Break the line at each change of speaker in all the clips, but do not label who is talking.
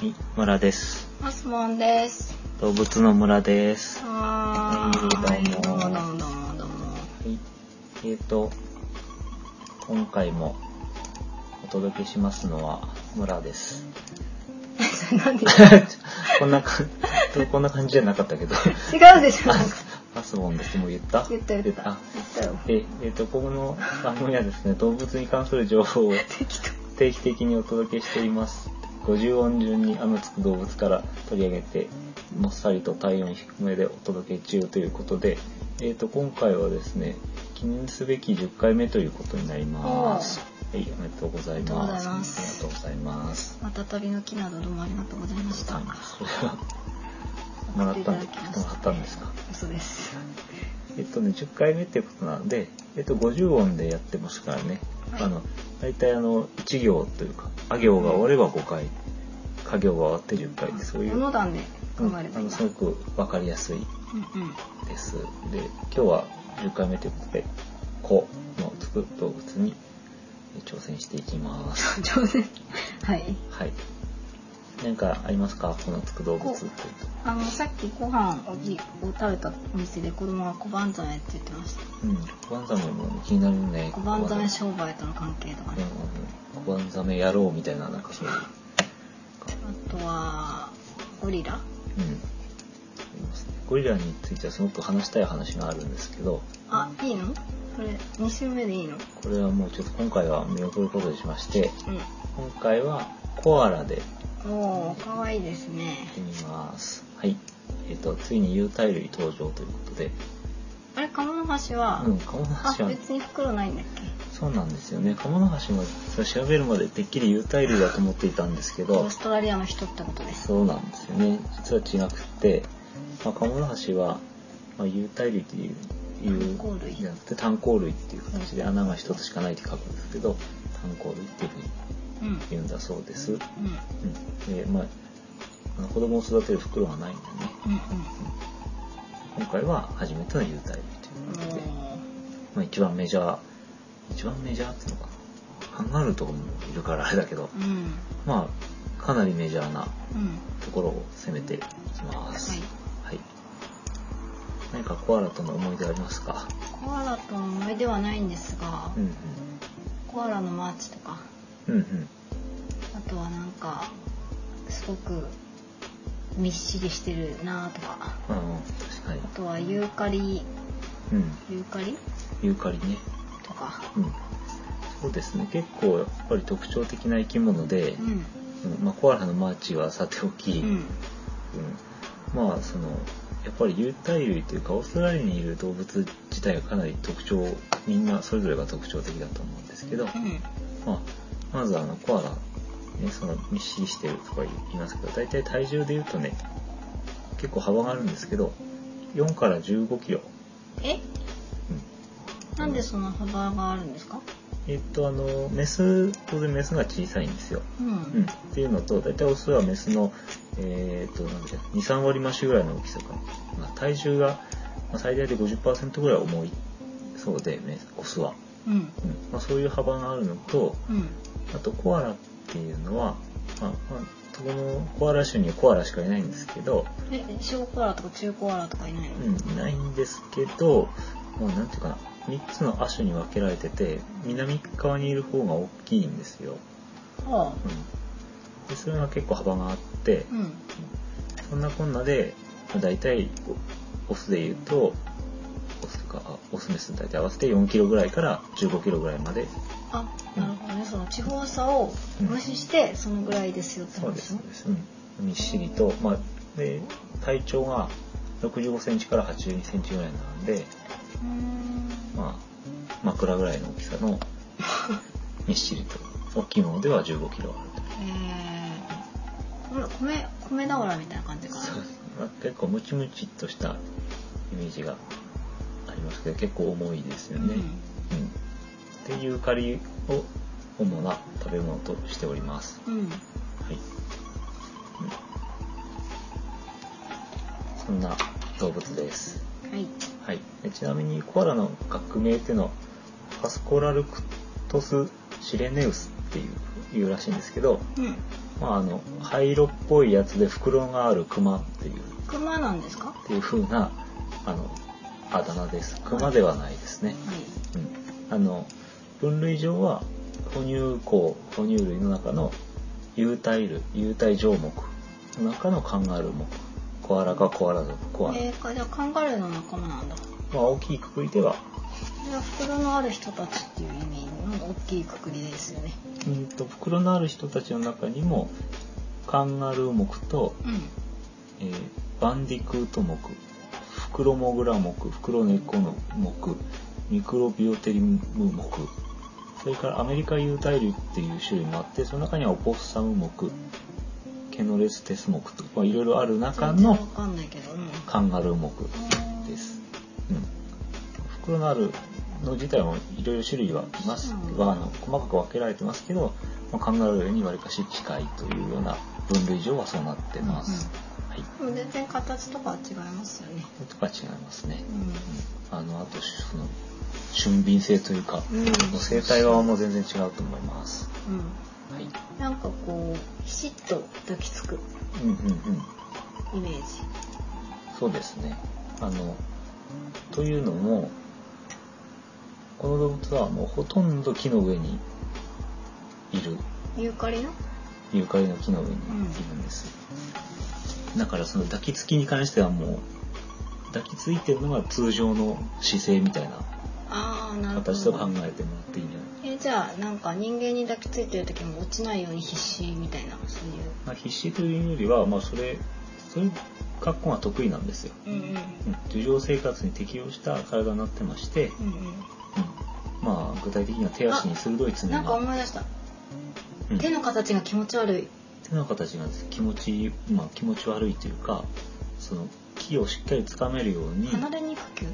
はい、村です。
マスモンです。
動物の村です。
は
はい
ーい。
ど
ど
う
う
も
もどうもどうもどうも。
はい、えーと、今回もお届けしますのは村 です。
何違
こんなかこんな感じじゃなかったけ ど、
うでしょ。
あパスボンです。もう言った
言った言った
あ
言ったよ。
で、えーと、ここの番組はですね、動物に関する情報を
適当。
定期的にお届けしています。50音順にあのつく動物から取り上げて、もっさりと体温低めでお届け中ということで、えー、と、今回はですね、記念すべき10回目ということになります。はい、おめでとうございます。
ありがとうございます
ありがとうござい ます。
また旅の木などどうもありがとうございました
はい。、それは、もらったんで、もらったんですか。
嘘です。
えっとね、10回目ってことなので、えっと、50音でやってますからね。
はい
あの、大体あの、1行というか、あ行が終われば5回、か行が終わって10回って、そういう、
この段で
う
頑
んあ
張ればいい
の、
んだ。
すごくわかりやすい
うんうん。
です。で、今日は10回目ということで、子のつく動物に挑戦していきます。
上手。はい。
はい。何かありますかこのつく動物っていうと。
あのさっきご飯をじを食べたお店で子供が小判ざめって言ってました。
うん、小判ザメも気になるね。
小判ざめ
小
商売との関係とかね。
うん小判ザメ野郎みたいな、なんかそういう。
あとはゴリラ。
うんありますね。ゴリラについてはすごく話したい話があるんですけど、
あいいの？それ二週目でいいの？
これはもうちょっと今回は見送ることにしまして、
うん。
今回はコアラでや
おお、可愛いですね。
ってみます。はい。えっ、と、ついに有袋類登場ということで、
あれ、カモノハシは、
うん、カモノハシ
あ、
は、
別に袋ないんだっ
そうなんですよね。カモノハシもそれ調べるまでてっきり有袋類だと思っていたんですけ
け？
ど
オー、ストラリアの人ってことです。
そうなんですよね。実は違くって、まあ、カモノハシは、まあ、有袋類っていう、いう
炭鉱類
じゃなくて炭鉱類っていう形で穴が一つしかないって書くんですけど、炭鉱類っていうふうに
うん。うん。
言うんだそうです。うん。で、まあ、あの子供を育てる袋がないんでね、
うんうん。
今回は初めての有袋類
お
ということで、
ー
まあ一番メジャー、一番メジャーっていうのかな。カンガルーとかもいるからあれだけど、
うん。うん。
まあ、かなりメジャーな
うん。
ところを攻めていきます。
はい。
はい。何かコアラとの思い出ありますか。
コアラとの思い出はないんですが、
うん
コアラのマーチとか、
うん。うんうん。
あとはなんか、すごく、みっしりしてるなとか、
あの、確かに
あ。とはユーカリ、
うん。
ユーカリ
ユーカリね。
とか、
うん。そうですね。結構やっぱり特徴的な生き物で
う、ん。
うんまあコアラのマーチはさておき、
う
うん
ん。
まあそのやっぱり有袋類というかオーストラリアにいる動物自体がかなり特徴みんなそれぞれが特徴的だと思うんですけど、
うん。
まあ、まずあのコアラ、ね、そのみっしりしてるとか言いますけど大体体重で言うとね結構幅があるんですけど4から1 5キロ、
え
うん
なんでその幅があるんですか
えっとあのメス当然メスが小さいんですよ、
うん。
うん、っていうのと大体オスはメスの、えーっとなんだっけ23割増しぐらいの大きさかな体重がまあ最大で50%ぐらい重いそうでメスオスは、
うん。
うんまあ、そういう幅があるのと
うん。
あとコアラっていうのは、まあ、まあ、このコアラ種にはコアラしかいないんですけど、
え、小コアラとか中コアラとかいないの、
うん、いないんですけど、まあ、なんていうかな、3つの亜種に分けられてて、南側にいる方が大きいんですよ。
は
うん。で、それが結構幅があって
あ、、うん。
そんなこんなで、まあ、大体、こうオスで言うと、オスか、あオスメス大体合わせて4キロぐらいから15キロぐらいまで、
あ、なるほどね。その地方差を無視して、そのぐらいですよって
そう
話
です、そうです。うん。みっしりと、まあ、で、体長が65センチから82センチぐらいなんで、
うーん。
まあ、枕ぐらいの大きさ の、みっしりと。大きいものでは15キロあると。
えー、米、米、米俵みたいな感じかな。
そうまあ、結構ムチムチっとしたイメージがありますけど、結構重いですよね。うん。っていうカリを主な食べ物としております。
うん。う
は
ん。
い。そんな動物です。
はい。
はい。でちなみにコアラの学名っていうのは、ファスコラルクトスシレネウスっていう、いうらしいんですけど、
うん。
まあ、あの灰色っぽいやつで袋があるクマっていう
クマなんですかは
っていう風なあのあだ名ですクマではないですね、
い
うん、あの分類上は哺乳綱哺乳類の中の有袋類有袋状目の中のカンガルー目コアラかコアラ族コアラ、
えー、かじゃあカンガルーの仲間なんだ
まあ、大きいくくりでは
じゃあ袋のある人たちっていう意味の大きいくくりですよね
うんと袋のある人たちの中にもカンガルー目と、
うん
えーバンディクート目フクロモグラ目フクロネコの目ミクロビオテリム目それからアメリカ有袋類っていう種類もあってその中にはオポッサム目ケノレステス目とまあいろいろある中
全然わ
の
かんないけどうん
カンガルー目です、うん、袋のあるの自体もいろいろ種類はいます
うん
が、あの細かく分けられてますけど、まあ、カンガルーにわりかし近いというような分類上はそうなってます、はい
でも全然形とかは違いますよね
それとか違いますね
う
あのあとその俊敏性というか、
うん
もう生態側も全然違うと思います、
ん、うん
はい、
なんかこうピシッと抱きつく
うんうんうん
イメージ
そうですねあのというのもこの動物はもうほとんど木の上にいる
ユーカリの
ユーカリの木の上にいるんです、だからその抱きつきに関してはもう抱きついてるのが通常の姿勢みたいな
ああなるほ
形と考
ど
えてもらっていいんじゃない
えじゃあなんか人間に抱きついてる時も落ちないように必死みたいなそういう
まあ、必死というよりは、まあ、それそういう格好が得意なんですよ、
うんうん
うん、樹上生活に適応した体になってまして、うん
うん
まあ、具体的には手足に鋭い
うん
爪
なんか
が、
思い出した
うん
手
手
の形が気持ち悪い
の形が気持ち,、まあ、気持ち悪いというかその木をしっかりつかめるように
離れにくく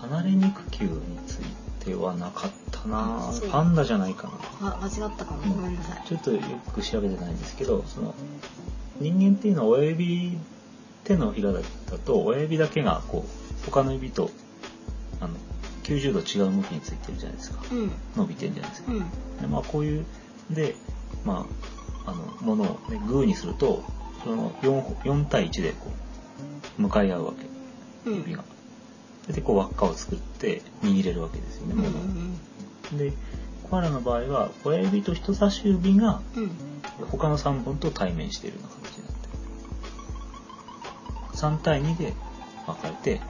離れ肉球についてはなかったな
あそう
パンダじゃないかな
あ間違ったかもごめんなさい
ちょっとよく調べてないんですけどその人間っていうのは親指手のひらだと親指だけがこう他の指とあの90度違う向きについてるじゃないですか
うん
伸びてるじゃないですか
う、ん
でまあこういうでまああのものを、ね、グーにするとその 4, 4対1でこう向かい合うわけ
うんうん
指が。それでこう輪っかを作って握れるわけですよね、
うんう
物を
ん
でコアラの場合は親指と人差し指が
うん
他の3本と対面しているような形になってる3対2で分かれて、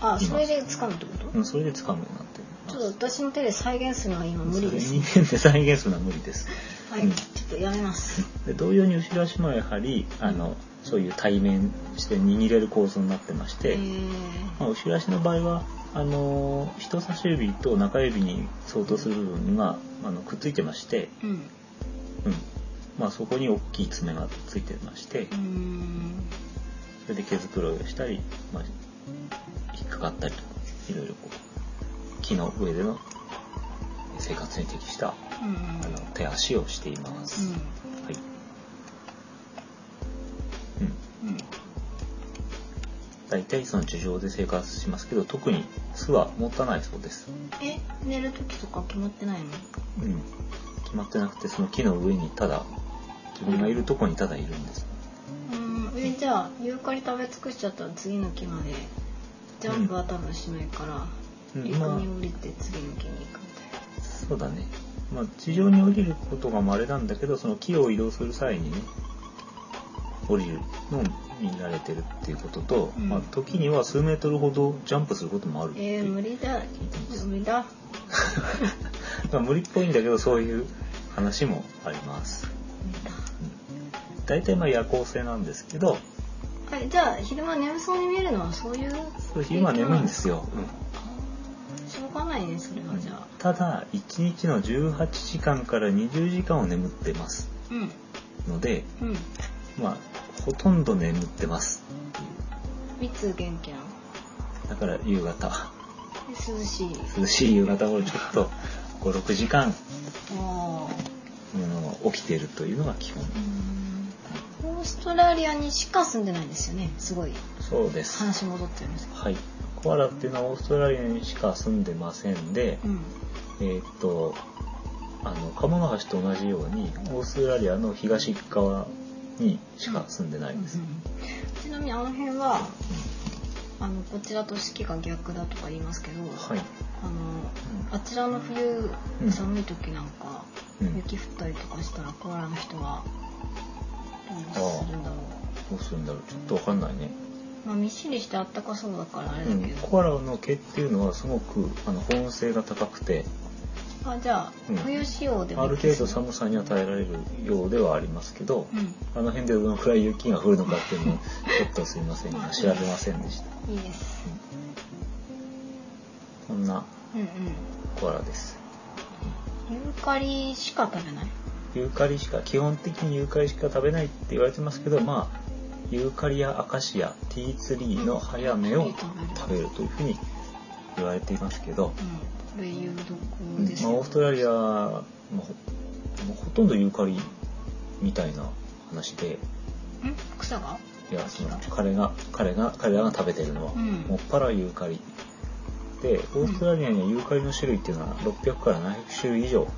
あそれで掴むってこと
うん、それで掴むようになってる
ちょっと私の手で再現するのは今無理です
人間で再現するのは無理です
はい、
うん
ちょっとやめます。
で同様に後ろ足もやはりあのそういう対面して握れる構造になってまし
え
て、
ー、
まあ、後ろ足の場合はあのー人差し指と中指に相当する部分があのくっついてまして、
うん、
うんまあ、そこに大きい爪がついてまして
うーん、
それで毛づくろいをしたり、まあ、引っかかったりとかいろいろこう木の上での生活に適した
うん、うん
あの手足をしています、はいうん、
うん、
大体その樹上で生活しますけど特に巣は持たないそうです、
え、寝る時とか決まってないの？
うん、決まってなくてその木の上にただ自分がいるとこにただいるんです
うーん、え、じゃあユーカリ食べ尽くしちゃったら次の木までジャンプは多分しないから、
うん
陸
まあ
に降りて次の木に行くみたいな。
そうだね。まあ、地上に降りることが稀なんだけど、その木を移動する際にね、降りるのを見られてるっていうことと、
うん
まあ、時には数メートルほどジャンプすることもあるって
えー、無理だ、
聞いてます。
無理だ。
まあ、無理っぽいんだけど、そういう話もあります。
無理だ
うん大体まあ夜行性なんですけど、
はい、じゃあ昼間眠そうに見えるのはそういう
そう昼間は眠いんですよ。
あーしょうがないねそれ
うん
はじゃあ
ただ、1日の18時間から20時間を眠ってます
うん
ので、
うん
まあ、ほとんど眠ってます。
いつ元気なの
だから夕方、
で涼しい
涼しい夕方頃ちょっと5、6時間、
ああ
うん起きてるというのが基本。
うーんオーストラリアにしか住んでないんですよねすごい
そうです。
話戻ってます
はい。コアラっていうのはオーストラリアにしか住んでませんで
う、ん
えーっと、あのカモノハシと同じようにオーストラリアの東側にしか住んでないんですよ、
ちなみにあの辺はあのこちらと四季が逆だとか言いますけど、
はい、
あのあちらの冬
うん
寒い時なんか、
うん
雪降ったりとかしたら河原の人はどうするんだろう
どうするんだろうちょっとわかんないね、
まあ、みっしりしてあったかそうだからあれ
う
だけ
ん、
ど、
コアラの毛っていうのはすごくあの保温性が高くて
あじゃあ、
うん
冬仕様でも
ある程度
い
寒さには耐えられるようではありますけど
け、そう
あの辺でどのくらい雪が降るのかっていうのをちょっとすいませんが調べませんでした
うんいいです
こんな
うんうん
コアラです
ユーカリしか食べない
ユーカリしか基本的にユーカリしか食べないって言われてますけどまあユーカリやアカシアティーツリーの早芽を食べるというふうに言われていますけど、
うんこれ有
うん
毒です
まあ、
よ、
オーストラリアもほもうほとんどユーカリみたいな話で
ん草が
いやその彼が彼が彼らが食べてるのは、
うん
もっぱらユーカリでオーストラリアにはユーカリの種類っていうのは600から700種類以上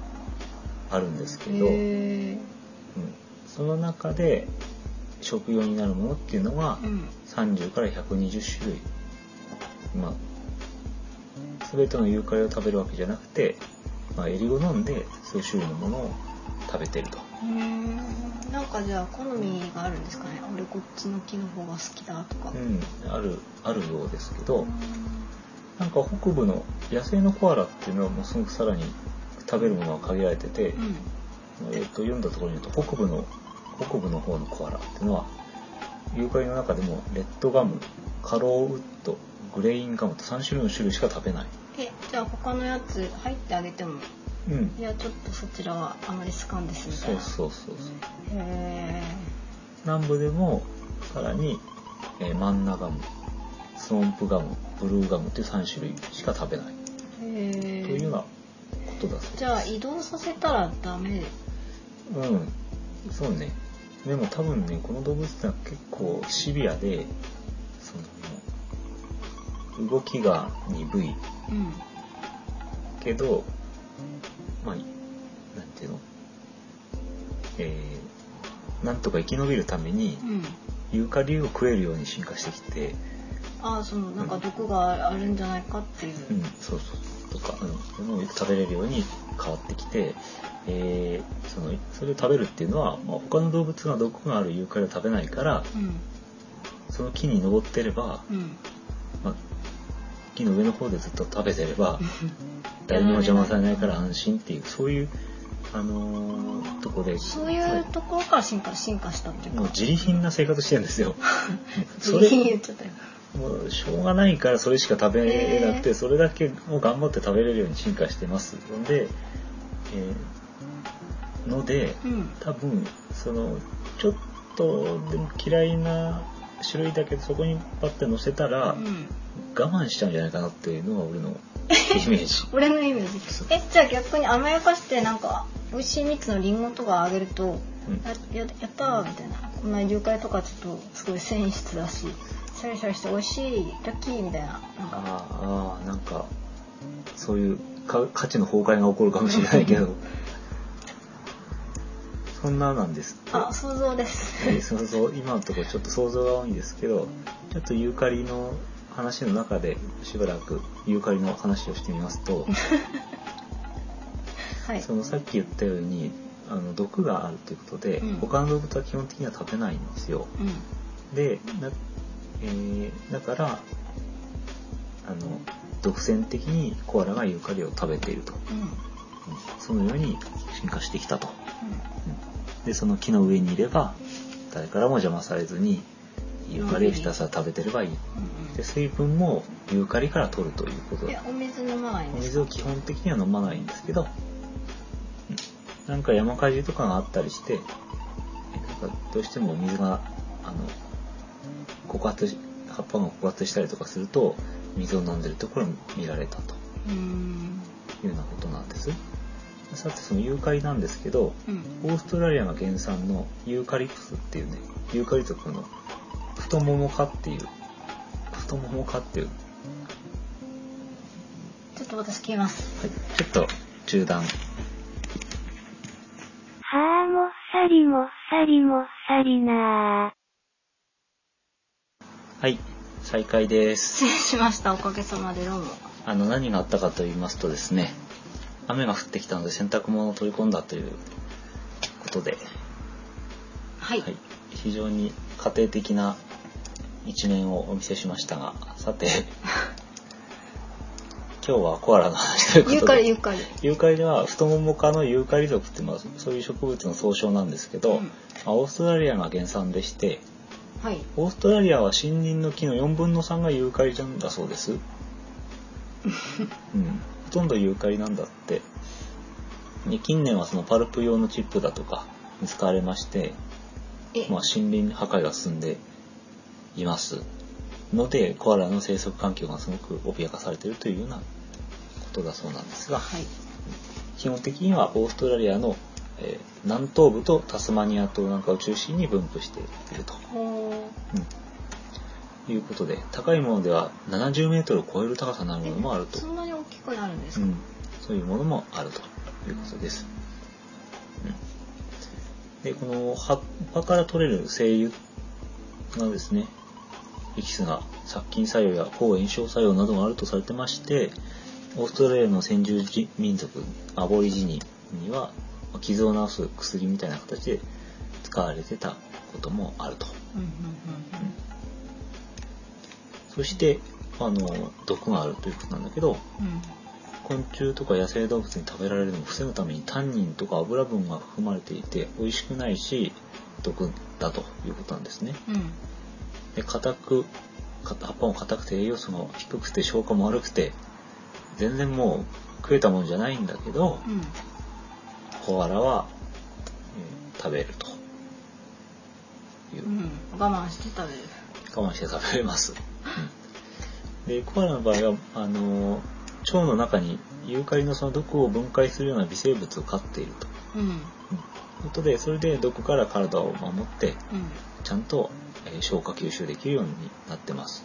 あるんですけど、
へえ
うんその中で食用になるものっていうのが
うん
30から120種類まあ全てのユーカリを食べるわけじゃなくて、まあ、エリを飲んで数種類のものを食べてると
うーんなんかじゃあ好みがあるんですかね俺こっちの木の方が好きだとか、
うんあるあるようですけ
う
ど
ん
なんか北部の野生のコアラっていうのはもうすごくさらに食べるものが限られてて、
うん
えー、と読んだところによると北部の北部の方のコアラっていうのはユーカリの中でもレッドガムカローウッドグレインガムと3種類の種類しか食べない、
えじゃあ他のやつ入ってあげても
うん、
いやちょっとそちらはあまり好かんですみたい
そう
な
そうそうそう
へ
南部でもさらに、えーマンナガムスワンプガムブルーガムっていう3種類しか食べない
えへ
と
え
いうようなことだそう
じゃあ移動させたらダメ
うんそうねでも多分ねこの動物ってのは結構シビアでその動きが鈍い
うん
けどまあなんていうのえー、なんとか生き延びるために
うん
ユーカリを食えるように進化してきて
ああそのなんか毒があるんじゃないかっていう
うん、そうそうとか、うん、もうよく食べれるように変わってきて、えーそのそれを食べるっていうのは、まあ、他の動物が毒があるユーカリを食べないから
うん
その木に登ってれば、
うん
まあ、木の上の方でずっと食べてれば
うん
誰にも邪魔されないから安心っていうそういう、あのーとこで
そういうところから進化進化したっていう
もう
か
自利品な生活してるんです よ。それ
自に言っちゃったよ
もうしょうがないからそれしか食べれなく
へ
て
ー
それだけを頑張って食べれるように進化してますので、えーので
うん
多分そのちょっとでも嫌いな種類だけどそこにパッて乗せたら
う、ん
我慢しちゃうんじゃないかなっていうのが 俺のイメージ。
俺のイメージえじゃあ逆に甘やかしてなんか美味しい蜜のリンゴとかあげると
うん
やややったーみたいなこんな流解とかちょっとすごい繊維質だしシャリシャリして美味しいラッキーみたいななんか
あーあーなんかそういうか価値の崩壊が起こるかもしれないけど そんななんですって。
あ想像です
えー想像今のところちょっと想像が多いんですけどちょっとユーカリの話の中でしばらくユーカリの話をしてみますと
はい
そのさっき言ったようにあの毒があるということで、
うん
他の動物は基本的には食べないんですよ
うん
でな、えーだからあの独占的にコアラがユーカリを食べていると、うん
うんうん
そのように進化してきたとでその木の上にいれば誰からも邪魔されずにユーカリをひたすら食べてればいい
うん
で水分もユーカリから取るということ
え
で
お水飲まないん
お
です
水を基本的には飲まないんですけどうんなんか山火事とかがあったりしてなんかどうしてもお水があの枯渇し葉っぱが枯渇したりとかすると水を飲んでるところも見られたと
うーん
いうようなことなんですさてそのユーカリなんですけど
うん
オーストラリアが原産のユーカリプスっていうねユーカリ属の太もも科っていう太もも科っていう、は
ちょっと私消えます
い、ちょっと中断
あーもっさりもっさりもっさりな
はい、再開です。
失礼しましたおかげさまでどうも
あの、何があったかと言いますとですね、雨が降ってきたので洗濯物を取り込んだということで、
はい、
はい、非常に家庭的な一面をお見せしましたが、さて、 今日はコアラの話ということで。
ユーカリユーカリ
ユーカリは太もも科のユーカリ属って、まあ、そういう植物の総称なんですけど、
うん
まあオーストラリアが原産でして
はい
オーストラリアは森林の木の4分の3がユーカリなんだそうです、うん、ほとんどユーカリなんだってで近年はそのパルプ用のチップだとかに使われまして、
え、
まあ、森林破壊が進んでいますのでコアラの生息環境がすごく脅かされているというようなことだそうなんですが、
はい
基本的にはオーストラリアの、えー南東部とタスマニア島なんかを中心に分布していると、
ほ
うん、いうことで高いものでは70メートルを超える高さになるものもある
ー
と
そ、んなに大きくなるんです
う
か、
ん、そういうものもあるということです、うん、でこの葉っぱから取れる精油がですねエキスが殺菌作用や抗炎症作用などがあるとされてましてオーストラリアの先住民族アボリジニにはまあ傷を治す薬みたいな形で使われてたこともあると
うんうんうん
そしてあの毒があるということなんだけど
うんうん
昆虫とか野生動物に食べられるのを防ぐためにタンニンとか油分が含まれていて美味しくないし毒だということなんですね
うん
で硬くか葉っぱも硬くて栄養素が低くて消化も悪くて全然もう食えたもんじゃないんだけど
うん
コアラは、えー食べるという
うん我慢して食べる
我慢して食べれます。で、コアラの場合は、あの、腸の中にユーカリのその毒を分解するような微生物を飼っていると。
うん
ということで、それで毒から体を守って、
うん
ちゃんとえー消化吸収できるようになってます。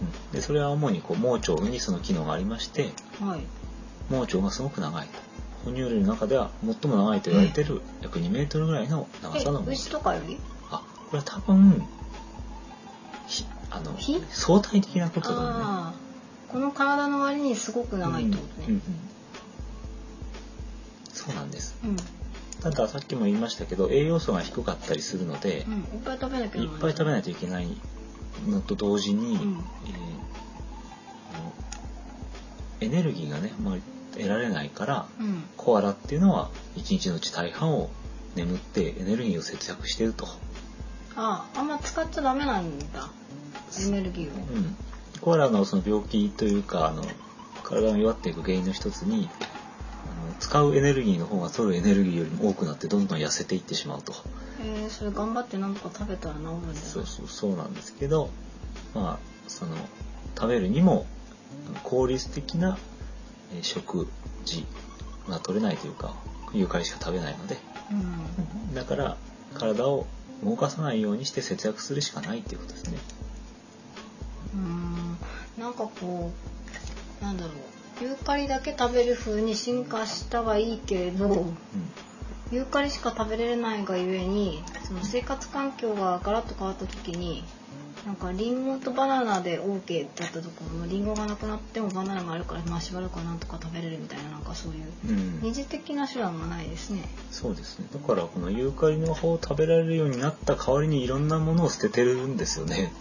うんで、それは主にこう盲腸にその機能がありまして、
はい
盲腸がすごく長いと。哺乳類の中では最も長いと言われている約2メートルぐらいの長さの
え
盲
牛
腸。
とかより
あ、これは多分、ひあの、
火
相対的なことだよね。
ああこの体の割にすごく長いってこと
うんう
ね
んそうなんです
うん、うん
たださっきも言いましたけど栄養素が低かったりするので、
いっぱい食べなきゃ
いっぱい食べ
な
ないといけないのと同時に、えー
うん
あのエネルギーがね、まあ、得られないから
うん
コアラっていうのは一日のうち大半を眠ってエネルギーを節約していると、
あああんま使っちゃダメなんだエネルギーを
うん、コアラのその病気というかあの体が弱っていく原因の一つにあの使うエネルギーの方が取るエネルギーよりも多くなってどんどん痩せていってしまうと
えー、それ頑張ってなんとか食べたら治るんだよ
そうそうそうなんですけどまあその食べるにも効率的なえー食事が取れないというか有害しか食べないので
うん
だから体を動かさないようにして節約するしかないっていうことですね。
うんなんかこうなんだろうユーカリだけ食べる風に進化したはいいけれど
うん
ユーカリしか食べれないがゆえにその生活環境がガラッと変わった時になんかリンゴとバナナで OK だったところもリンゴがなくなってもバナナがあるからまあしばらくはなんとか食べれるみたいななんかそういう
うん
二次的な手段がないですね。
そうですね。だからこのユーカリの方を食べられるようになった代わりにいろんなものを捨ててるんですよね。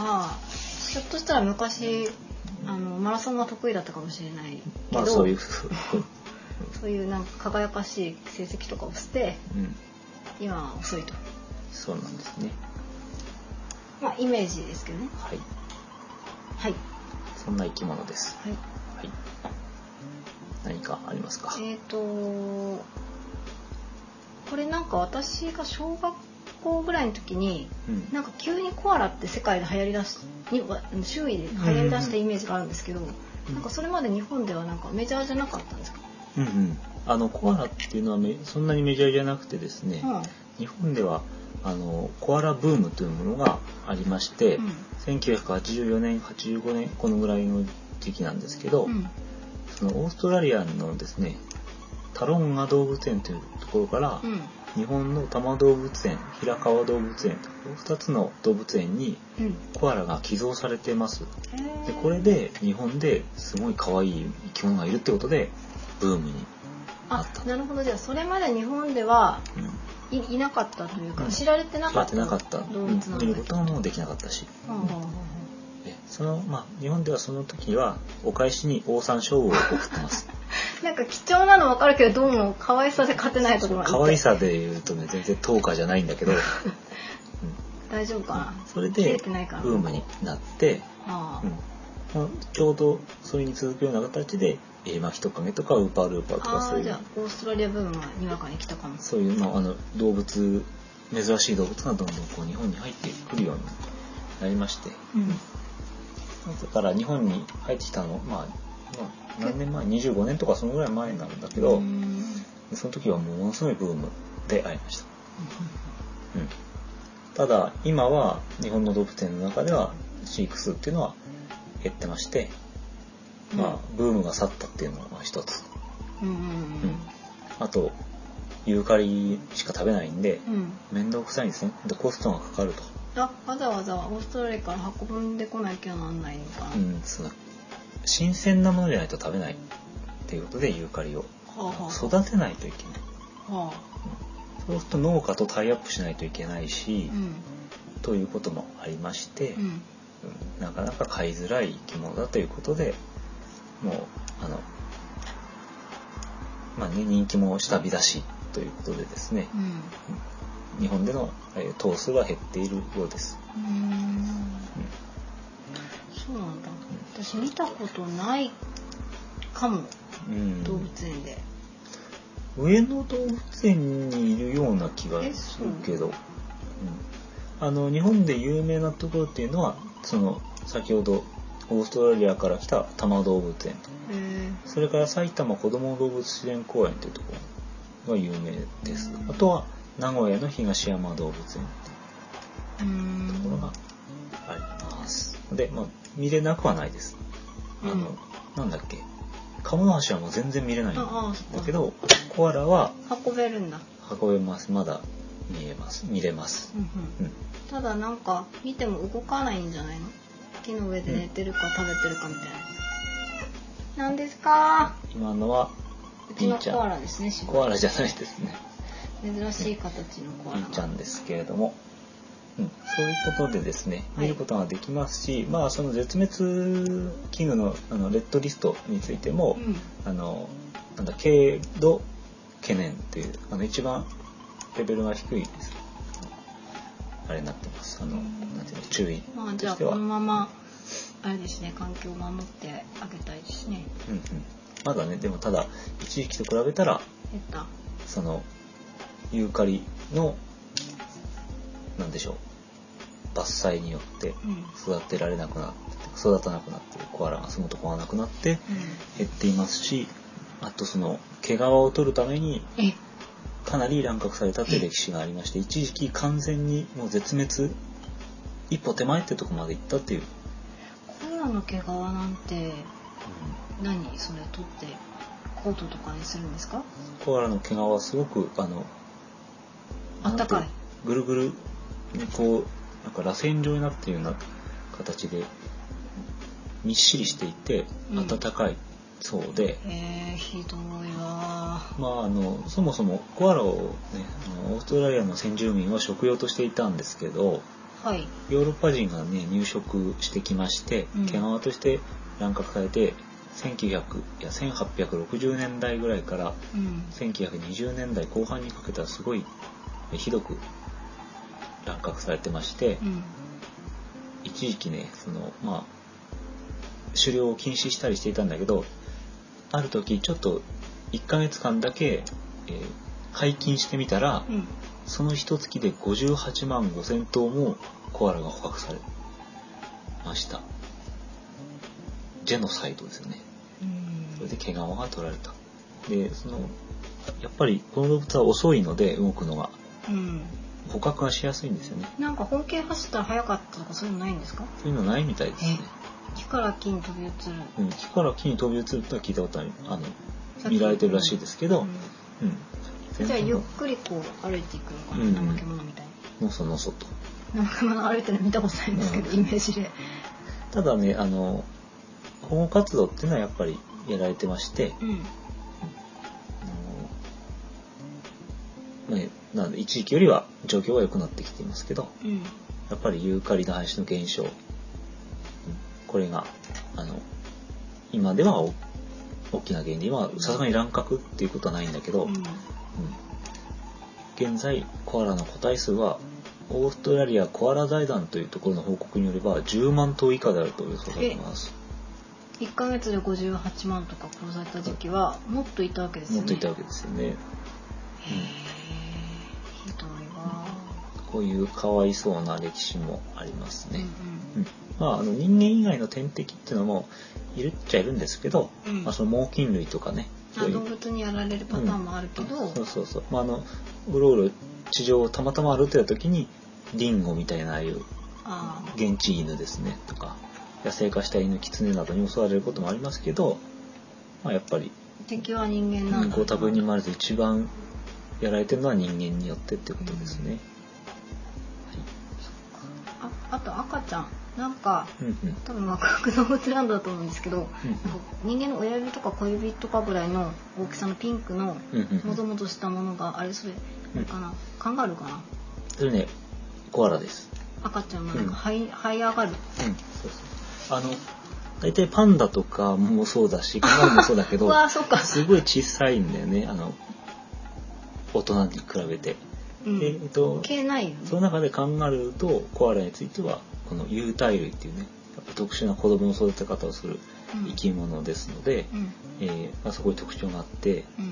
ああひょっとしたら昔あのマラソンが得意だったかもしれないけど、
まあ
そ
そうう
い
いう う。
なんか輝かしい成績とかを捨て
うん。
今は遅いと
そうなんですね。
まあイメージですけどね
はい。
はい
そんな生き物です。
はい
はい。何かありますか。
えっ、とこれなんか私が小学校ぐらいの時に
うん。
なんか急にコアラって世界で流行りだしにわ周囲で流行りだしたイメージがあるんですけど、
うん
なんかそれまで日本ではなんかメジャーじゃなかったんですか、
うんうん。あのコアラっていうのはめそんなにメジャーじゃなくてですね。
うん
日本ではあのコアラブームというものがありまして、
うん
1984年85年このぐらいの時期なんですけど。
うん
そのオーストラリアのですねタロンガ動物園というところから、
うん
日本の多摩動物園平川動物園この2つの動物園に
うん
コアラが寄贈されてますでこ
れ
れで日本ですごい可愛い生き物がいるってことでブームに、あ
あ
った
なるほどじゃあそれまで日本では
うん、
いいなかったというか、
うん
知られてな
育
かってた
なかった、
動
うん
物なんだ
見ることはもうできなかったし
はあはあは
でその、まあ、日本ではその時はお返しにオオサンショウウオを送ってます
あなんか貴重なの分かるけどどうも可愛さで勝て ないところがあって
可愛さで言うとね全然10日じゃないんだけど、うん
大丈夫かな、
それ
切
で
れてないから
ブームになって、
あ
うんまあちょうどそれに続くような形でエリマヒトカゲとかウーパールーパーと
あ
か
あ
そう
ー
い
じ
う
ゃあオーストラリアブームはにわかに来たかも
そういう、まあ、あの動物珍しい動物がどんどんこう日本に入ってくるようになりまして
うん
だから日本に入ってきたのまあ、まあ、何年前25年とかそのぐらい前なんだけど、
うん
その時はものすごいブームでありました、うん、ただ今は日本の動物園の中では飼育数っていうのは減ってまして、まあ、ブームが去ったっていうのがまあ一つ
うんうん
あとユーカリしか食べないんで
うんうん
面倒くさいんですねでコストがかかると
あわざわざオーストラリアから運んでこなきゃなんないのかな、
うん、その新鮮なものじゃないと食べないっていうことでユーカリを
はあはあ
育てないといけない
は
そうすると農家とタイアップしないといけないし
あ、うん
ということもありまして、
うん
うんなかなか飼いづらい生き物だということでもうあのまあね人気も下火だしということでですね
うん
日本でのえー頭数は減っているようです、
うー
う
ん
ん
そうなんだ私見たことないかも
うん
動物園で、
上野動物園にいるような気がするけど、うんあの日本で有名なところっていうのはその先ほどオーストラリアから来た多摩動物園
へえ
それから埼玉こども動物自然公園というところが有名ですあとは名古屋の東山動物園
うーん
というところがありますで、まあ、見れなくはないですあの、
うん
なんだっけ鴨の橋はもう全然見れないんだ
ああそっか
けどコアラは
運べるんだ、
運べますまだ見えます見れます
うんうん
うん
ただなんか見ても動かないんじゃないの木の上で寝てるか食べてるかみたいななんですか
今のは
うちのコアラですねし
コアラじゃないですね
珍しい形のコア
い
ラ
いちゃ
ん
んですけれども、うん、そういうことでですね
はい
見ることができますし、まあその絶滅危惧のあのレッドリストについても、
うん
あのなんだ軽度懸念っていうあの一番レベルが低いですあれになってますあのなんていうの注意
まあ
と
じゃあ
して
こ
は、
の
うんうん、
ままあれですね環境を守ってあげたいですね
まだねでもただ一時期と比べたら
減った
そのユーカリのなんでしょう伐採によって
うんうん
育てられなくなって育たなくなってコアラが住むとこがなくなって減っていますしあとその毛皮を取るために
え
かなり乱獲されたという歴史がありまして一時期完全にもう絶滅一歩手前ってとこまで行ったっていう、
コアラの毛皮なんて何それ取ってコートとかにするんですか
コアラの毛皮はすごくあの
あったかい
なんてうぐるぐるにこうなんか螺旋状になっているような形でみっしりしていて
うん
暖かいそうで、
えー、ひどいわー
まあ、あのそもそもコアラを、ね、あのオーストラリアの先住民は食用としていたんですけど
はい
ヨーロッパ人が、ね、入植してきまして
うん
毛皮として乱獲されて1900いや1860年代ぐらいから
うん
1920年代後半にかけてはすごいひどく乱獲されてまして
うん
一時期ねその、まあ、狩猟を禁止したりしていたんだけどある時ちょっと1ヶ月間だけ、えー解禁してみたら
うん
その一月で58万5,000頭もコアラが捕獲されましたジェノサイドですよねそれで毛皮が取られたでそのやっぱりこの動物は遅いので動くのが
うん
捕獲がしやすいんですよね
なんか本気で走ったら速かったとかそういうのないんですか
そういうのないみたいですね
木から木に飛び移る
うん木から木に飛び移るとは聞いたことあるあの見られてるらしいですけど、うん
うんじゃあ
前半
ゆっ
の
くりこう歩いていくのか
うん
な、怠け者みたいに
のそのそと
怠け者歩いてるの見たことないんですけど、イメージで
ただねあの保護活動っていうのはやっぱりやられてまして
うん
あの、ね、なので一時期よりは状況は良くなってきていますけど
うん
やっぱりユーカリの廃止の減少うんこれがあの今ではお大きな原因で今はさすがに乱獲っていうことはないんだけど、
うん
現在コアラの個体数はオーストラリアコアラ財団というところの報告によれば10万頭以下であると予想されています
1ヶ月で58万とか殺された時期はもっといたわけです
も
よ
っ
ね
といたわけですよね
へーひどいわ
こういうかわいそうな歴史もありますね、
う
うんまああの人間以外の天敵っていうのもいるっちゃいるんですけど、
んうん
まあ、その猛禽類とかね
あ
そういう
動物にやられるパターンもあるけど、
そうそうそう、まあ、あのうろうろ地上をたまたま歩いてた時にリンゴみたいなああいう
ああ
現地犬ですねとか野生化した犬キツネなどに襲われることもありますけど、まあ、やっぱり
敵は人間なんだ
ご多分に生まれて一番やられてるのは人間によってっていうことですね。
ああと赤ちゃんなんか
はい、うんうん
多分幕動物ランドだと思うんですけどなんか人間の親指とか小指とかぐらいの大きさのピンクの
うんうんう
も
ん
ともとしたものがあれそれあれかなカンガルーかな
それねコアラです。
赤ちゃんがなん
うん
か這い,、這い上が
う
る
ん、そうそうあの大体パンダとかもそうだ しカンガルーもそうだけ
う
ど
わーそっか、
すごい小さいんだよねあの大人に比べて。
う
でえっ
ん、
と
毛ないよね
その中でカンガルーとコアラについてはこの有袋類っていうねやっぱ特殊な子供の育て方をする
うん
生き物ですので、
うん
えーまあ、そこに特徴があって、
う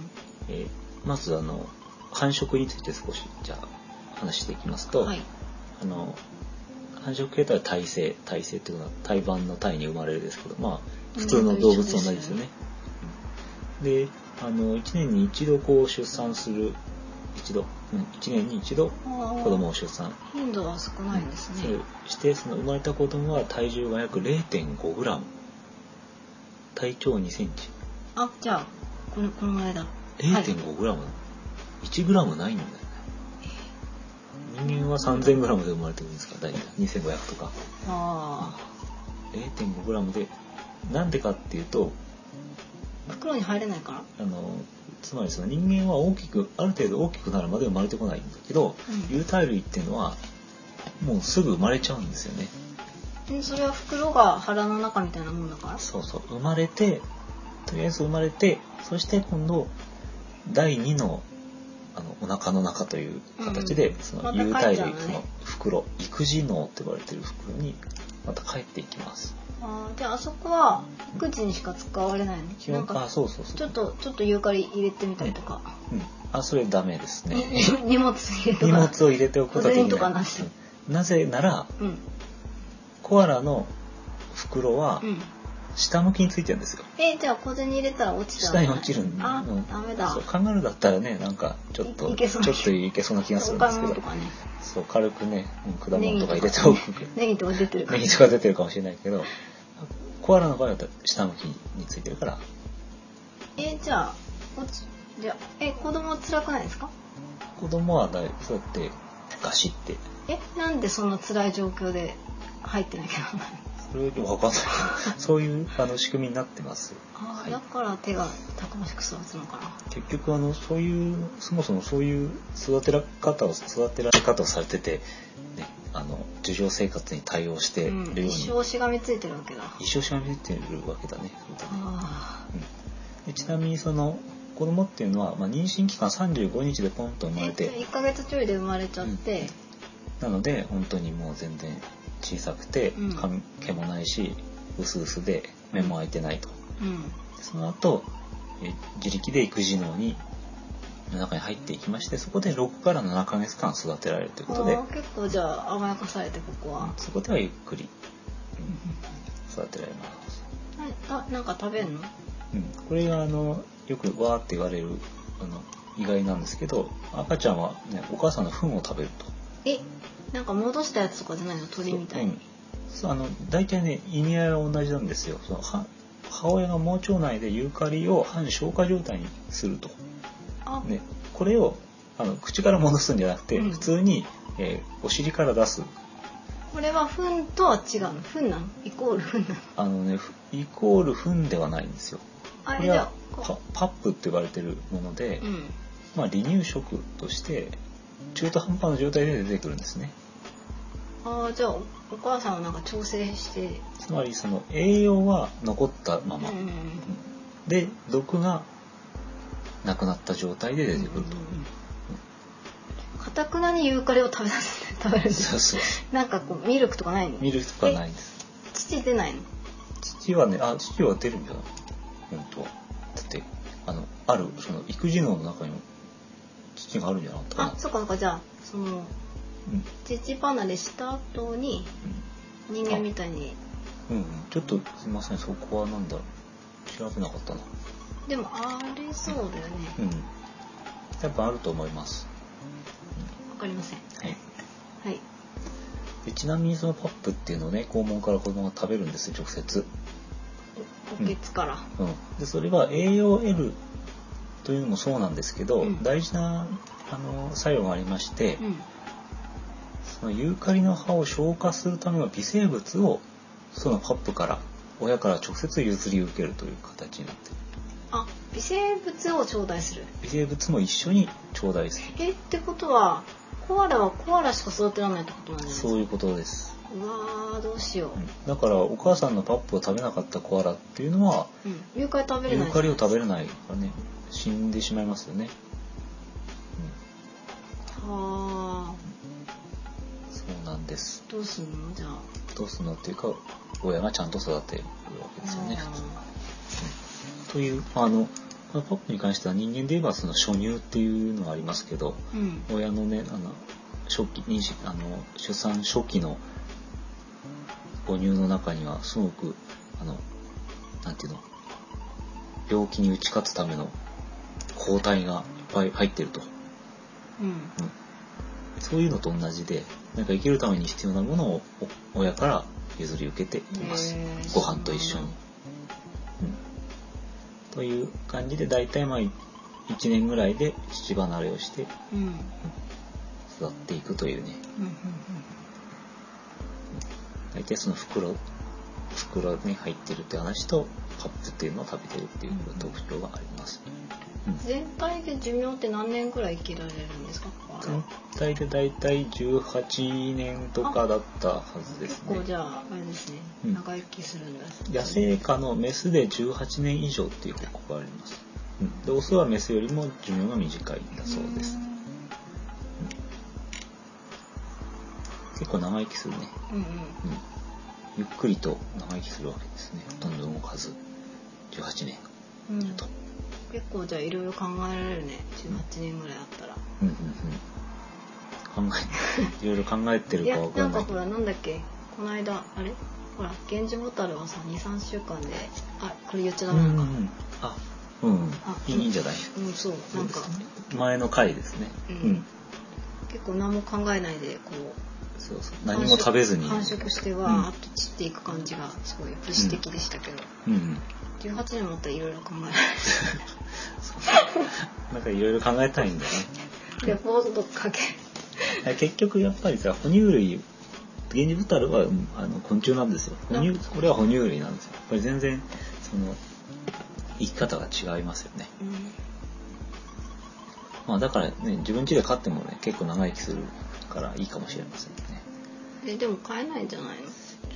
えーまずあの繁殖について少しじゃあ話していきますと、
んはい
あの繁殖形態は胎生胎生っていうのは胎盤の胎に生まれるですけどまあ普通の動物と同じですよね。であの1年に一度こう出産する一度、うん、1年に一度
子
子供を出産
頻度は少ないんです
そ
ね
うしてその生まれた子供は体重が約 0.5g 体長 2cm0.5g
あじゃあこのこのぐらいだはい
1g ないんだよね人間は 3000g で生まれてるんですから大体2500とか
あ
0.5g でなんでかっていうと
あ袋に入れないから
あのつまりその人間は大きくある程度大きくなるまで生まれてこないんだけど有袋類っていうのはもうすぐ生まれちゃうんですよね
うん、それは袋が腹の中みたいなもんだから
そうそう生まれてとりあえず生まれてそして今度第2のあのお腹の中という形で、
うん
そ
ま
の
た
有袋類
帰っちゃう
そ
のね
の袋育児脳と呼ばれてる袋にまた帰っていきます
あーじゃああそこは育児にしか使われないの
基
な
本
んか
あそうそう
ち
そ
ょ
う
っ、とちょっとユーカリ入れてみたりとか、
うん、あそれダメですね
に 荷物入れと
荷
か
物を入れておくことはでき
小銭と
な
か
い
なし
うんなぜなら
うん
コアラの袋は
うん
下向きについてるんですよ、
えじゃあ小銭入れたら落ちちゃう
下に落ちるん
あ、
うん
ダメだ
そうカンガルーだったらねなんかちょっと
い
ちょ
いけ
っ
そうな
といけそうな気がするんですけ
お買
ど
い物とかね
そう軽くねうん果物とか入れておく
ネギとか出てるから
ネギとか出てるかもしれないけどコアラの場合は下向きについてるから
えじゃあ落ちじゃあえ子供辛くないですか
子供はだいそうやってガシって
えなんでそんな辛い状況で入ってなきゃならない
それより分 かんないけどそういうあの仕組みになってます
あ
は
ー
い
だから手がたくましく育つのかな
結局あのそういうそもそもそういう育てら方を育てられ方をされてて、ね、あの樹上生活に対応してる
う
よ
ん
うに、
一生しがみついてるわけだ
一生しがみ出てるわけだねそうだね
あ
でちなみにその子供っていうのは、まあ、妊娠期間35日でポンと生ま
ー
れて
え1ヶ月ちょいで生まれちゃって、
なので本当にもう全然小さくて
うん
髪毛もないし薄々で目も開いてないと
うん
でその後え自力で育児脳にの中に入っていきましてそこで6から7ヶ月間育てられるというこ
あ
とで
ー結構じゃあ甘やかされてここは、
そこではゆっくり育てられます、
はいたなんか食べんの
うん、これがあのよくわーって言われるあの意外なんですけど赤ちゃんは、ね、お母さんの糞を食べると
えなんか戻したやつとかじゃないの鳥みたいに
そううんそうあの大体ね意味合いは同じなんですよそのは母親が盲腸内でユーカリを半消化状態にすると、
あ、
ね、これをあの口から戻すんじゃなくて、
うん
普通に、えーお尻から出す
これは糞とは違うの糞なのイコール糞なの
あのねふイコール糞ではないんですよ
あ
こ
れ
れ
じ
は
ゃあ
パ
こ
パップって呼ばれてるもので、
う、うん、
まあ、離乳食として中途半端な状態で出てくるんですね
あーじゃあおお母さんはなんか調整して
つまりその栄養は残ったまま、
うんうんうん
で毒がなくなった状態で出てくると、
うんうんうんかたくなにユーカリを食べさせて食べるんです
そうそう
なんかこうミルクとかないの
見る人がないんです
乳出ないの
父はねあ父は出るんじゃない本当はだってあのあるその育児能の中にも父があるんじゃなかったかな
あそっかそっかじゃあその
うん
乳離れした後に人間みたいに
うん、うんうん、ちょっとすいませんそこはなんだろう調べなかったな
でもありそうだよね
うんやっぱあると思います、
わかりません
はい、
はい
でちなみにそのパップっていうのをね肛門から子供が食べるんですよ直接
おけつから、
うん、でそれは栄養を得るというのもそうなんですけど、
うん
大事なあの作用がありまして、
うん
そのユーカリの葉を消化するための微生物をそのパップから親から直接譲り受けるという形になってる
あ微生物を頂戴する
微生物も一緒に頂戴す
えってことはコアラはコアラしか育てられないってことなんじゃ
る
ない
そういうことです、
うわーどうしよ
うんだからお母さんのパップを食べなかったコアラっていうのは
う、うん、ユーカリ食べれ
ユ
ない
ーカリを食べれないからね死んでしまいますよね、
は
うん、そうなんです
ーどうすんのじゃあ
どうするのっていうか親がちゃんと育てるわけですよね。というあのこのパップに関しては人間で言えばその初乳っていうのがありますけど
うんうん
親のねあの初期妊娠あの出産初期の母乳の中にはすごくあのなんていうの病気に打ち勝つための抗体がいっぱい入ってると。
うん
そういうのと同じで、なんか生きるために必要なものをお親から譲り受けています
へー。
ご飯と一緒に。うんという感じで、だいたいまあ1年ぐらいで父離れをして
うんうん
育っていくというね、
うん
大体その袋、袋に入ってるって話と、カップっていうのを食べてるっていう特徴があります。
うん全体で寿命って何年くらい生きられるんですかコアラ
全体でだいたい18年とかだったはずです
結
ね。
構じゃああれですね、
うん
長生きするんだ
野生下のメスで18年以上っていう報告があります。うんで、オスはメスよりも寿命が短いんだそうです。結構長生きするね。
うんうん
うん。ゆっくりと長生きするわけですね。ほとんど動かず。18年
うん、
と。
結構じゃあいろいろ考えられるね18年ぐらいあったら
うんうんうん。考え、いろいろ考えてる
い
か
や
わ
な
か
ん
んな
か
い
ほ
けど。
らなんだっけこの間あれほら「源氏ボタル」はさ23週間であこれ言っちゃダ
うん
メ
う
なのか、うん
ん。あ、うん
あ。
いいいいんじゃない
そう
そ
な
うんで
か
すね。前の回ですね。
う
うんん。
結構何も考えないでこう
そうそう。何も食べずに。
繁殖しては
うん
ーっと散っていく感じがすごい不思的でしたけど、
うんうん。
18年もあったらいろいろ考えられ
なんかいろいろ考えたいんだよね。
るレポートかけ
結局やっぱりさ哺乳類ゲンジブタルはうんあの昆虫なんですよ哺乳これは哺乳類なんですよやっぱり全然その生き方が違いますよね、
うん
まあ、だからね自分家で飼ってもね結構長生きするからいいかもしれませんね
えでも買えないんじゃないの
ちょ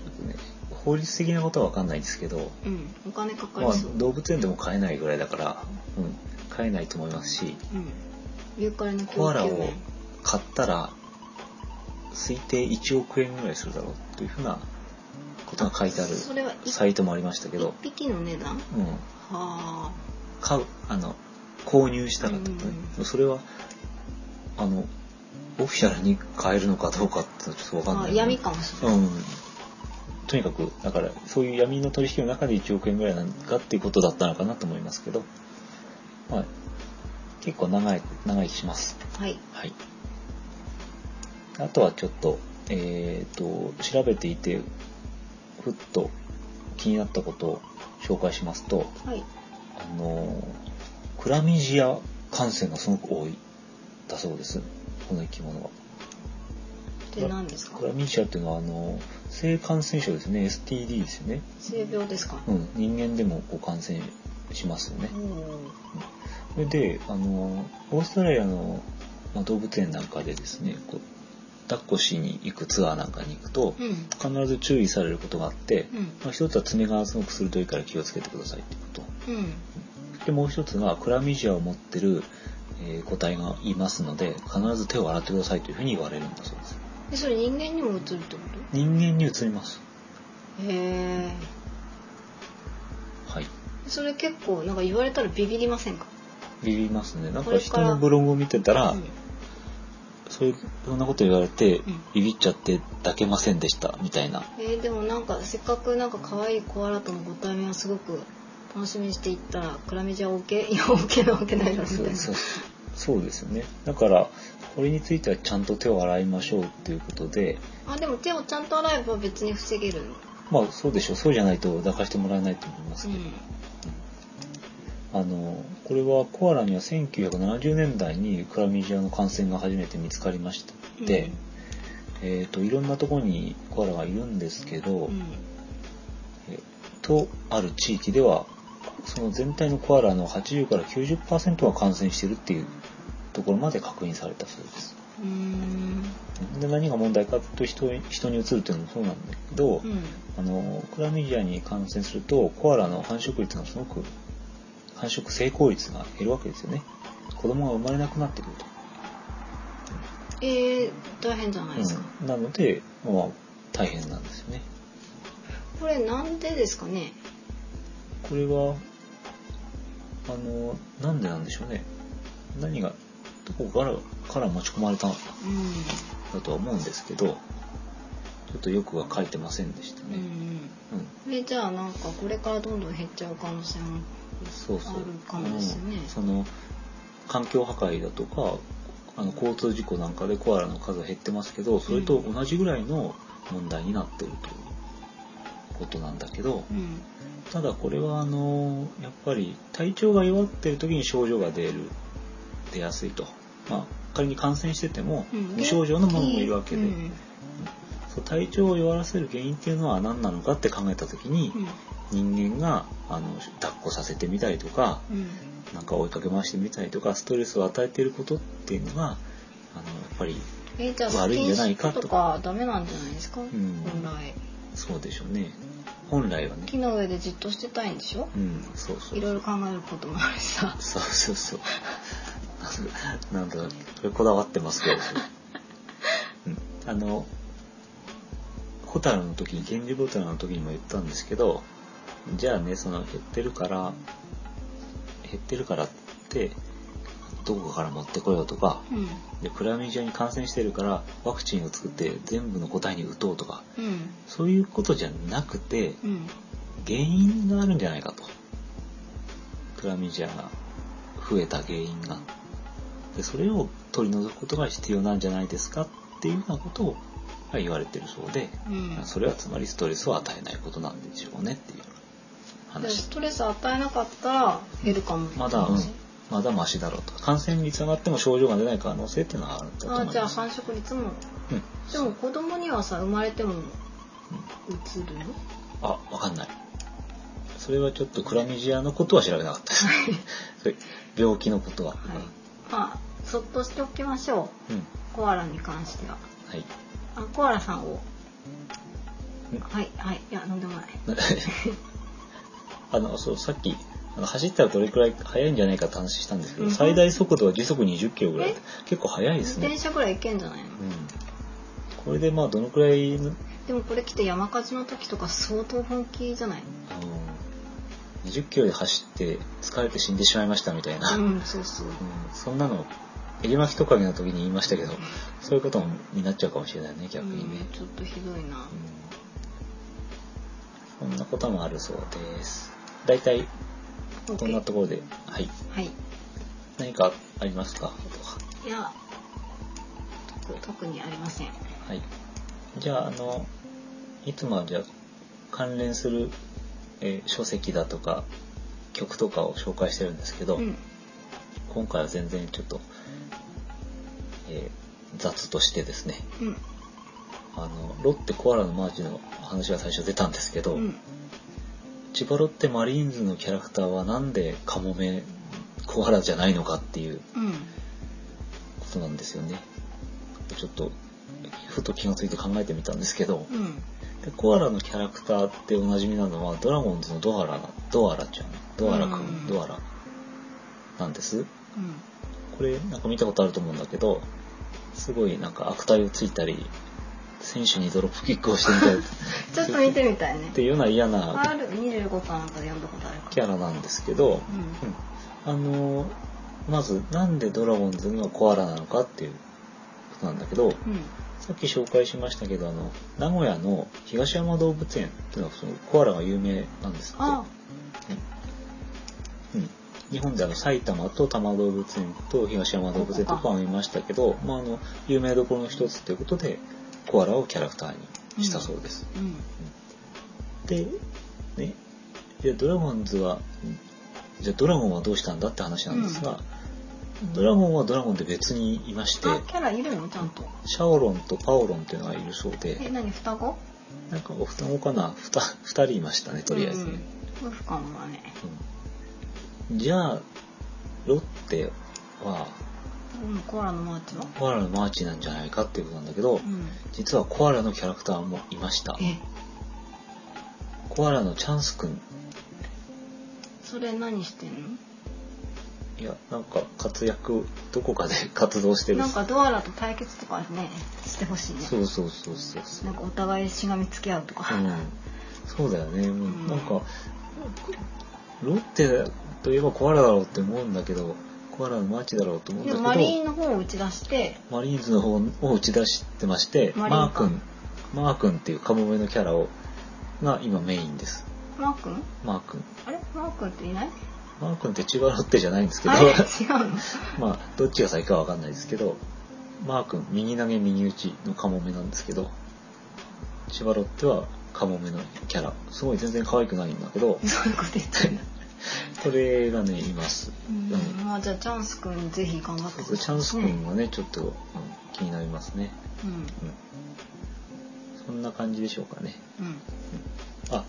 っとね法律的なことは分かんないんですけど、
うんお金かか
ま
り
あ
そう、、
動物園でも飼えないぐらいだから、うん、飼えないと思いますし
うんユーカリの供
コアラ
給
を
面
買ったら推定1億円ぐらいするだろうというふうなことが書いてある
それは
サイトもありましたけ
1
ど、
匹の値段は
うん、
あ
買うあの購入したらってことね、
うん
それはあのオフィシャルに買えるのかどうかってのはちょっとわかん
あ
ない、
闇かもしれ
う
ない、
んとにかくだからそういう闇の取引の中で1億円ぐらいなんかっていうことだったのかなと思いますけど、まあ、結構長い長生きします
はい
はい。あとはちょっと、えっ、と、調べていて、ふっと気になったことを紹介しますと、
はい。
あのークラミジア感染がすごく多いだそうですこの生き物は
で、何ですか
クラミジアっていうのはあのー性感染症ですね STD ですよね、
性病ですか
うん、人間でもこう感染しますよね
おおー。
それであのオーストラリアの、まあ、動物園なんかでですねこう抱っこしに行くツアーなんかに行くと
うん。
必ず注意されることがあって、
うん。
まあ、一つは爪がすごく鋭いから気をつけてくださいってこ
うん。
とでもう一つがクラミジアを持ってる、えー個体がいますので必ず手を洗ってくださいというふうに言われるんだそうです
で、それ人間にもうつるってこ
人間にうつります
とへえ。
はい
それ結構、なんか言われたらビビりませんか
ビビりますねなんか
これか
人
ら
のブログを見てたら、
うん。
そういうそんなこと言われて
ん
ビビっちゃって抱けませんでしたみたいな
えーでもなんかせっかくなんか可愛いコアラとのご対面をすごく楽しみにしていったらクラミジア OK? いや OK なわけないだろみた
そ
いうな
そうそうですよねだからこれについてはちゃんと手を洗いましょうっていうことで
あでも手をちゃんと洗えば別に防げるの
まあそうでしょうそうじゃないと抱かしてもらえないと思いますけど、あのこれはコアラには1970年代にクラミジアの感染が初めて見つかりました
うん
で、えー、といろんなところにコアラがいるんですけど、
うん
えーとある地域ではその全体のコアラの80から90%が感染してるっていうところまで確認されたそうです
うーん
で何が問題かというと人に人にうつるというのもそうなんだけど、
うん
あのクラミジアに感染するとコアラの繁殖率がすごく繁殖成功率が減るわけですよね子供が生まれなくなってくると、
えー、大変じゃないですか、
うんなので、まあ、大変なんですよね
これなんでですかね
これはあのなんでなんでしょうね何がどこからから持ち込まれたん
う
だとは思うんですけどちょっとよくは書いてませんでした
んう
ね、
ん
うん、
うんえじゃあなんかこれからどんどん減っちゃう可能性も
そうそう
あるかもですね
うんその環境破壊だとかあの交通事故なんかでコアラの数は減ってますけどそれと同じぐらいの問題になってるということなんだけど
うん
ただこれはあのやっぱり体調が弱ってる時に症状が出る出やすいと、まあ、仮に感染してても
うん
無症状のものもいるわけで、
うん
そう体調を弱らせる原因っていうのは何なのかって考えた時に
うん
人間があの抱っこさせてみたりとか
うん
なんか追いかけ回してみたりとかストレスを与えていることっていうのがあのやっぱり
えじゃあス
悪いん
キ
じ
ン
ゃな
シ
い
ッ
か
プ
と
とかダメなんじゃないですか、
ん
本来
そうでしょうね本来はね
木の上でじっとしてたいんでしょ
うんそうそう
いろいろ考えることもあるし さ
そうそうそうなんだそれこだわってますけど、うん、あのホタルの時に源氏ホタルの時にも言ったんですけどじゃあねその減ってるから減ってるからってどこかから持ってこようとか
うん
でクラミジアに感染してるからワクチンを作って全部の答えに打とうとか
うん
そういうことじゃなくて
うん
原因があるんじゃないかとクラミジアが増えた原因がでそれを取り除くことが必要なんじゃないですかっていうようなことをまあ言われてるそうで
うん
それはつまりストレスを与えないことなんでしょうねっていう
でも
話
ストレス与えなかったら減るかも
まだ、うんまだマシだろうと感染率上がっても症状が出ない可能性っていうのはあるんだと思い
あ
ます
じゃあ繁殖率も
うん
でも子供にはさ生まれてもうつるの
あ、わかんない。それはちょっとクラミジアのことは調べなかったです。 それ病気のことは。
はいまあそっとしておきましょ
うん。
うコアラに関しては
はい。
あコアラさんを
ん
はいはいいやなんでもない
あの、そう、さっき、あの走ったらどれくらい速いんじゃないかって話したんですけど、
うん
最大速度は時速20キロぐらい
え。
結構速いです
自転
ね。
車ぐらい行けんじゃないの
うん。これでまあ、どのくらいの、
でもこれ来て山火事の時とか相当本気じゃない
あの、20キロで走って疲れて死んでしまいましたみたいな。
のうんそうそう
うんそんなの、エリマキトカゲの時に言いましたけど、そういうことになっちゃうかもしれないね、逆にね。
うんちょっとひどいな
そんなこともあるそうです。大体こんな
OK
ところで、はい。
はい
何かありますかあ
いや特特にありません
とははい。じゃあ、あの、いつもはじゃあ関連するえー書籍だとか曲とかを紹介してるんですけど、
うん
今回は全然ちょっと、えー雑としてですね
うん
あのロッテコアラのマーチの話が最初出たんですけど、
うん
千葉ロッテマリーンズのキャラクターはなんでカモメコアラじゃないのかっていう
うん
ことなんですよね。ちょっとふと気がついて考えてみたんですけど、
うん
でコアラのキャラクターっておなじみなのはドラゴンズのドアラなドアラちゃんドアラく
うんん
ドアラなんです
うん
これなんか見たことあると思うんだけどすごいなんか悪態をついたり選手にドロップキックをしてみたりっ
ちょっと見てみたいね
ていうような嫌な
R25 かなんかで読んだことあるか
キャラなんですけど、
うん
うんあのまずなんでドラゴンズのコアラなのかっていうことなんだけど
うん
さっき紹介しましたけどあの名古屋の東山動物園っていうのはそのコアラが有名なんですって。
あ
うん、日本であの埼玉と多摩動物園と東山動物園とかは見ましたけど、まあ、あの有名どころの一つということでコアラをキャラクターにしたそうです。
うん
でねじゃあドラゴンズはうんじゃあドラゴンはどうしたんだって話なんですが、ドラゴンはドラゴンで別にいまして
あキャラいるのちゃんと
シャオロンとパオロンっていうのがいるそう
え
で
何双子
なんかお双子かな 2, 人いましたねとりあえずね。
うん夫婦感はね
うんじゃあロッテは
うんコアラのマーチは
コアラのマーチなんじゃないかっていうことなんだけど、
うん
実はコアラのキャラクターもいました
え
コアラのチャンスくん
それ何してん
いやなんか活躍どこかで活動して
の
る
なんかドアラと対決とかねしてほしいね
そうそうそうそうそう
なんかお互いしがみつき合うとか、
うんそうだよね、もう
うん
なんかロッテといえばコアラだろうって思うんだけどコアラのマーチだろうと思うん
で
だけ
も
ど
マリーンの方を打ち出して
マリーンズの方を打ち出してまして、
マリ
マ
ー
ー
ンか
君、マー君っていうカモメのキャラを、が今メインです。
マー君
マー君。
あれマー君っていない
マー君って千葉ロッテじゃないんですけど
あ、れ違うの
まあ、どっちが先かわかんないですけど、マー君、右投げ右打ちのカモメなんですけど、千葉ロッテはカモメのキャラ。すごい全然可愛くないんだけど、
そういうこと言ってんだ
これがね、います。
うん
うん
まあじゃあチャンス君ぜひ頑張って
チャンス君がね、ちょっと、うん気になりますね。
うん
うんそんな感じでしょうかね。
うん
あ、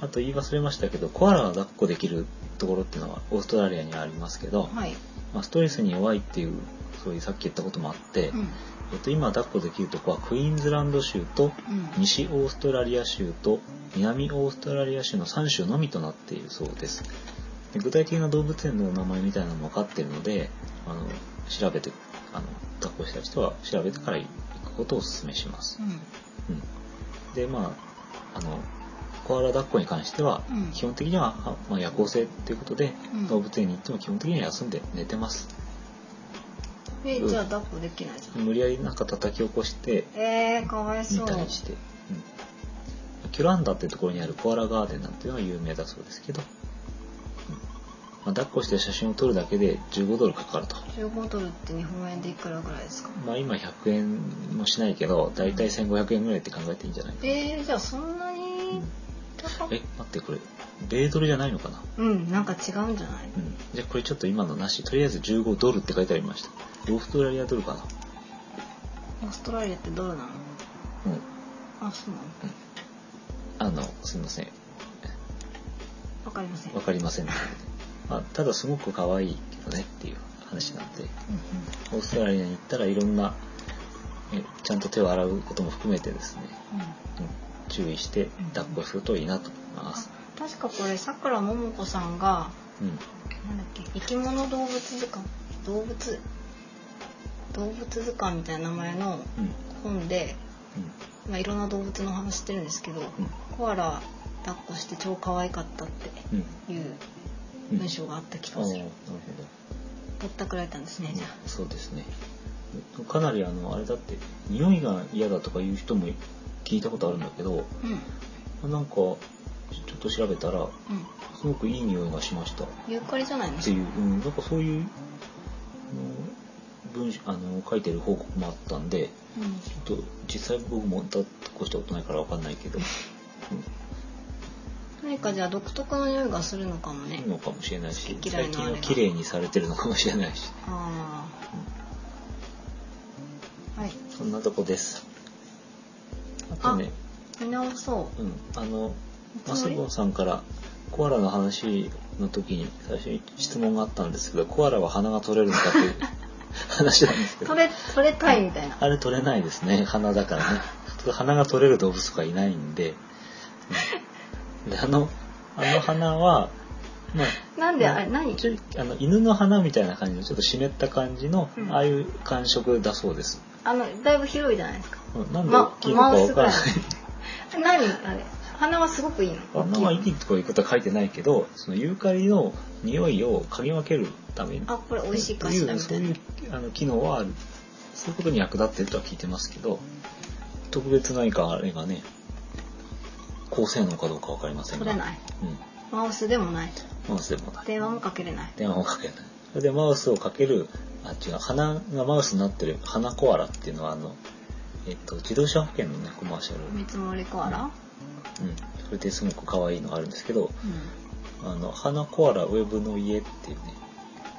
あと言い忘れましたけど、コアラが抱っこできるところっていうのはオーストラリアにありますけど、
はい
まあ、ストレスに弱いっていう、そういうさっき言ったこともあって、
うん
えっと、今抱っこできるとこはクイーンズランド州と
うん
西オーストラリア州と南オーストラリア州の3州のみとなっているそうです。で具体的な動物園の名前みたいなのも分かっているので、あの、調べて、あの、抱っこした人は調べてから行くことをお勧めします。うん、でまああのコアラ抱っこに関しては、
うん
基本的には、あまあ、夜行性っていうことで、
うん
動物園に行っても基本的には休んで寝てます
うんえじゃあ抱っこできないじゃん
無理やりなんか叩き起こして
えー、かわい
見
そう
たりしてう、ん、キュランダってところにあるコアラガーデンなんていうのが有名だそうですけど、うんまあ、抱っこして写真を撮るだけで15ドルかかると。
15ドルって日本円でいくらぐらいですか
まあ今100円もしないけど、だいたい1500円ぐらいって考えていいんじゃないかな。
えー、じゃあそんなに高く
え、待ってこれ、米ドルじゃないのかな
うんなんか違うんじゃない
うんじゃあこれちょっと今のなしとりあえず15ドルって書いてありましたオーストラリアドルかな
オーストラリアってドルなの
うん
あそうなの
あのすいません
わかりません
わかりません、まあ、ただすごく可愛いけどねっていう話なんで
うん
オーストラリアに行ったらいろんなえちゃんと手を洗うことも含めてですね、
うんうん
うん、注意して抱っこするといいなと思います
確かこれさくらももこさんが
うん
なんだっけ生き物動物図鑑動物動物図鑑みたいな名前の
うん
本で、
うん
まあ、いろんな動物の話してるんですけど、
うん
コアラ抱っこして超可愛かったっ
うん
ていう
うん
文章があった気
ああ
が
な
す
る
る、
ほど
ぼったくられたんですねじゃあ
そうですねかなりあのあれだって匂いが嫌だとかいう人も聞いたことあるんだけど
うんうん
なんかちょっと調べたらすごくいい匂いがしましたっ
ユーカリじゃないの
ていう、うん、なんかそういうあの文章あの書いてる報告もあったんで
うん
ちょっと実際僕もだっこしたことないからわかんないけど、うん
何かじゃあ独特の匂いがするのかもね、
のかもしれないし
好、き嫌い
最
の
近
あれが
は綺麗にされてるのかもしれないし、
ああはい
そんなとこです。あとね、
見直そう
うん、あの、
い
マ
つ
ス
もより
ボンさんからコアラの話の時に最初に質問があったんですけど、コアラは鼻が取れるのかっていう話なんですけど
取、れ取れたいみたいな
あれ取れないですね、鼻だからね。普通鼻が取れる動物とかいないんで、うんで、あの、あの鼻は、まあ、
なんであれ何
ちょいあの犬の鼻みたいな感じのちょっと湿った感じの、
うん
ああいう感触だそうです、
あのだいぶ広いじゃないですか
うんなんで大きいのかわからない、
まマウス何あれ鼻はすごくいいの
あんなまいいとこ行くことは書いてないけどそのユーカリの匂いを嗅ぎ分けるために
あこれ美味しいかしらみ
そ
た
う
い
い
な
うあの機能はあるそういうことに役立ってるとは聞いてますけど特別何かあれがね高性能かどうかわかりませんが
取れない
うん、
マウスでもない
マウスでもない
電話もかけれない
電話をかけない。それでマウスをかける、あ、違う、鼻がマウスになってる、鼻コアラっていうのは、あの、えっと、自動車保険のね、コマーシャル。うん。
見積もりコアラ
それですごく可愛いのがあるんですけど、
う
あの、鼻コアラウェブの家っていうね、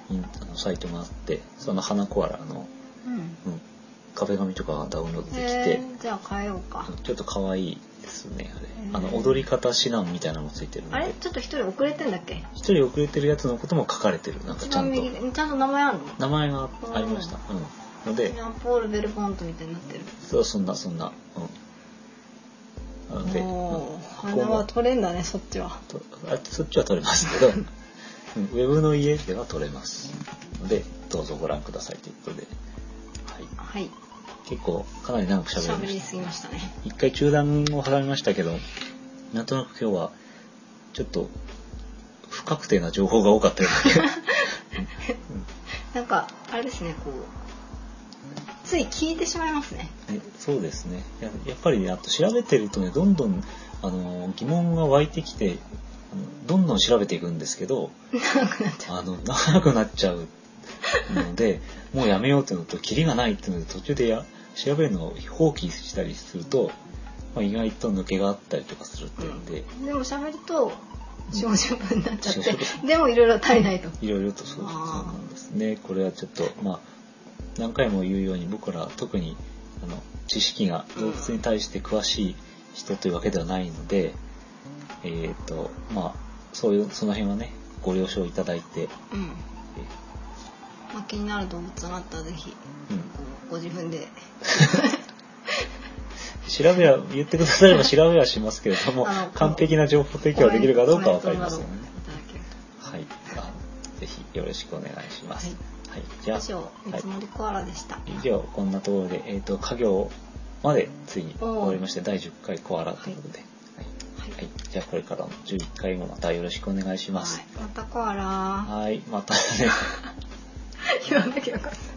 インあのサイトがあって、その鼻コアラの、
んうん
うん、壁紙とかがダウンロードでき
へ
て、
ーじゃあ変えようか
ちょっと可愛いですね、
へー
あれ。あの、踊り方指南みたいなのもついてるの
あれ
で、
ちょっと一人遅れてんだっけ
一人遅れてるやつのことも書かれてる、なんか
一
ちゃ
番
んと
右。でちゃんと名前あるの
名前がありました。うん。ので
ジ、ャンポール・ベルポントみたいになってる
そう、そんな、そんな。うん。なので、
おお
うん
鼻は取れんだねそっちは
とあそっちは取れますけど、うんウェブの家では取れます。ので、どうぞご覧くださいということで。はい。
はい
結構、かなり長く喋り
喋
ま
り
した。
すぎましたね
一回中断を挟みましたけど、なんとなく今日は、ちょっと、不確定な情報が多かったような
なんかあれですねこうつい聞いてしまいますね
ねそうですねややっぱりねあと調べてるとねどんどんあの疑問が湧いてきてあのどんどん調べていくんですけど
長くなっちゃう
あの長くなっちゃうのでもうやめようっていうのとキリがないっていうので途中でや調べるのを放棄したりすると、まあ、意外と抜けがあったりとかするっていうんで、
でも喋ると40分になっちゃって
うん40
でもいろいろ足りないと
いろいろとそうそう
あ
な
ー
んですねこれはちょっとまあ何回も言うように僕らは特にあの知識が動物に対して詳しい人というわけではないので、えっ、とまあそういうその辺はねご了承いただいて、
うん
え
まあ、気になる動物があったらぜひ
うん
こうご自分 で
調べは言ってくだされば調べはしますけれども
あの
完璧な情報提供ができるかどうかは分かりませんよ
コメン
ね
トなどいただける
はいあのぜひよろしくお願いします、はいじ
と
ゃあ
以上見積もりコアラでした、
以上こんなところで、えー、と家業までついに終わりまして第10回コアラということで、はい
はい
はいじゃあこれからの11回もまたよろしくお願いします。
はいまたコアラ
はいまたね。
言わなきゃよかった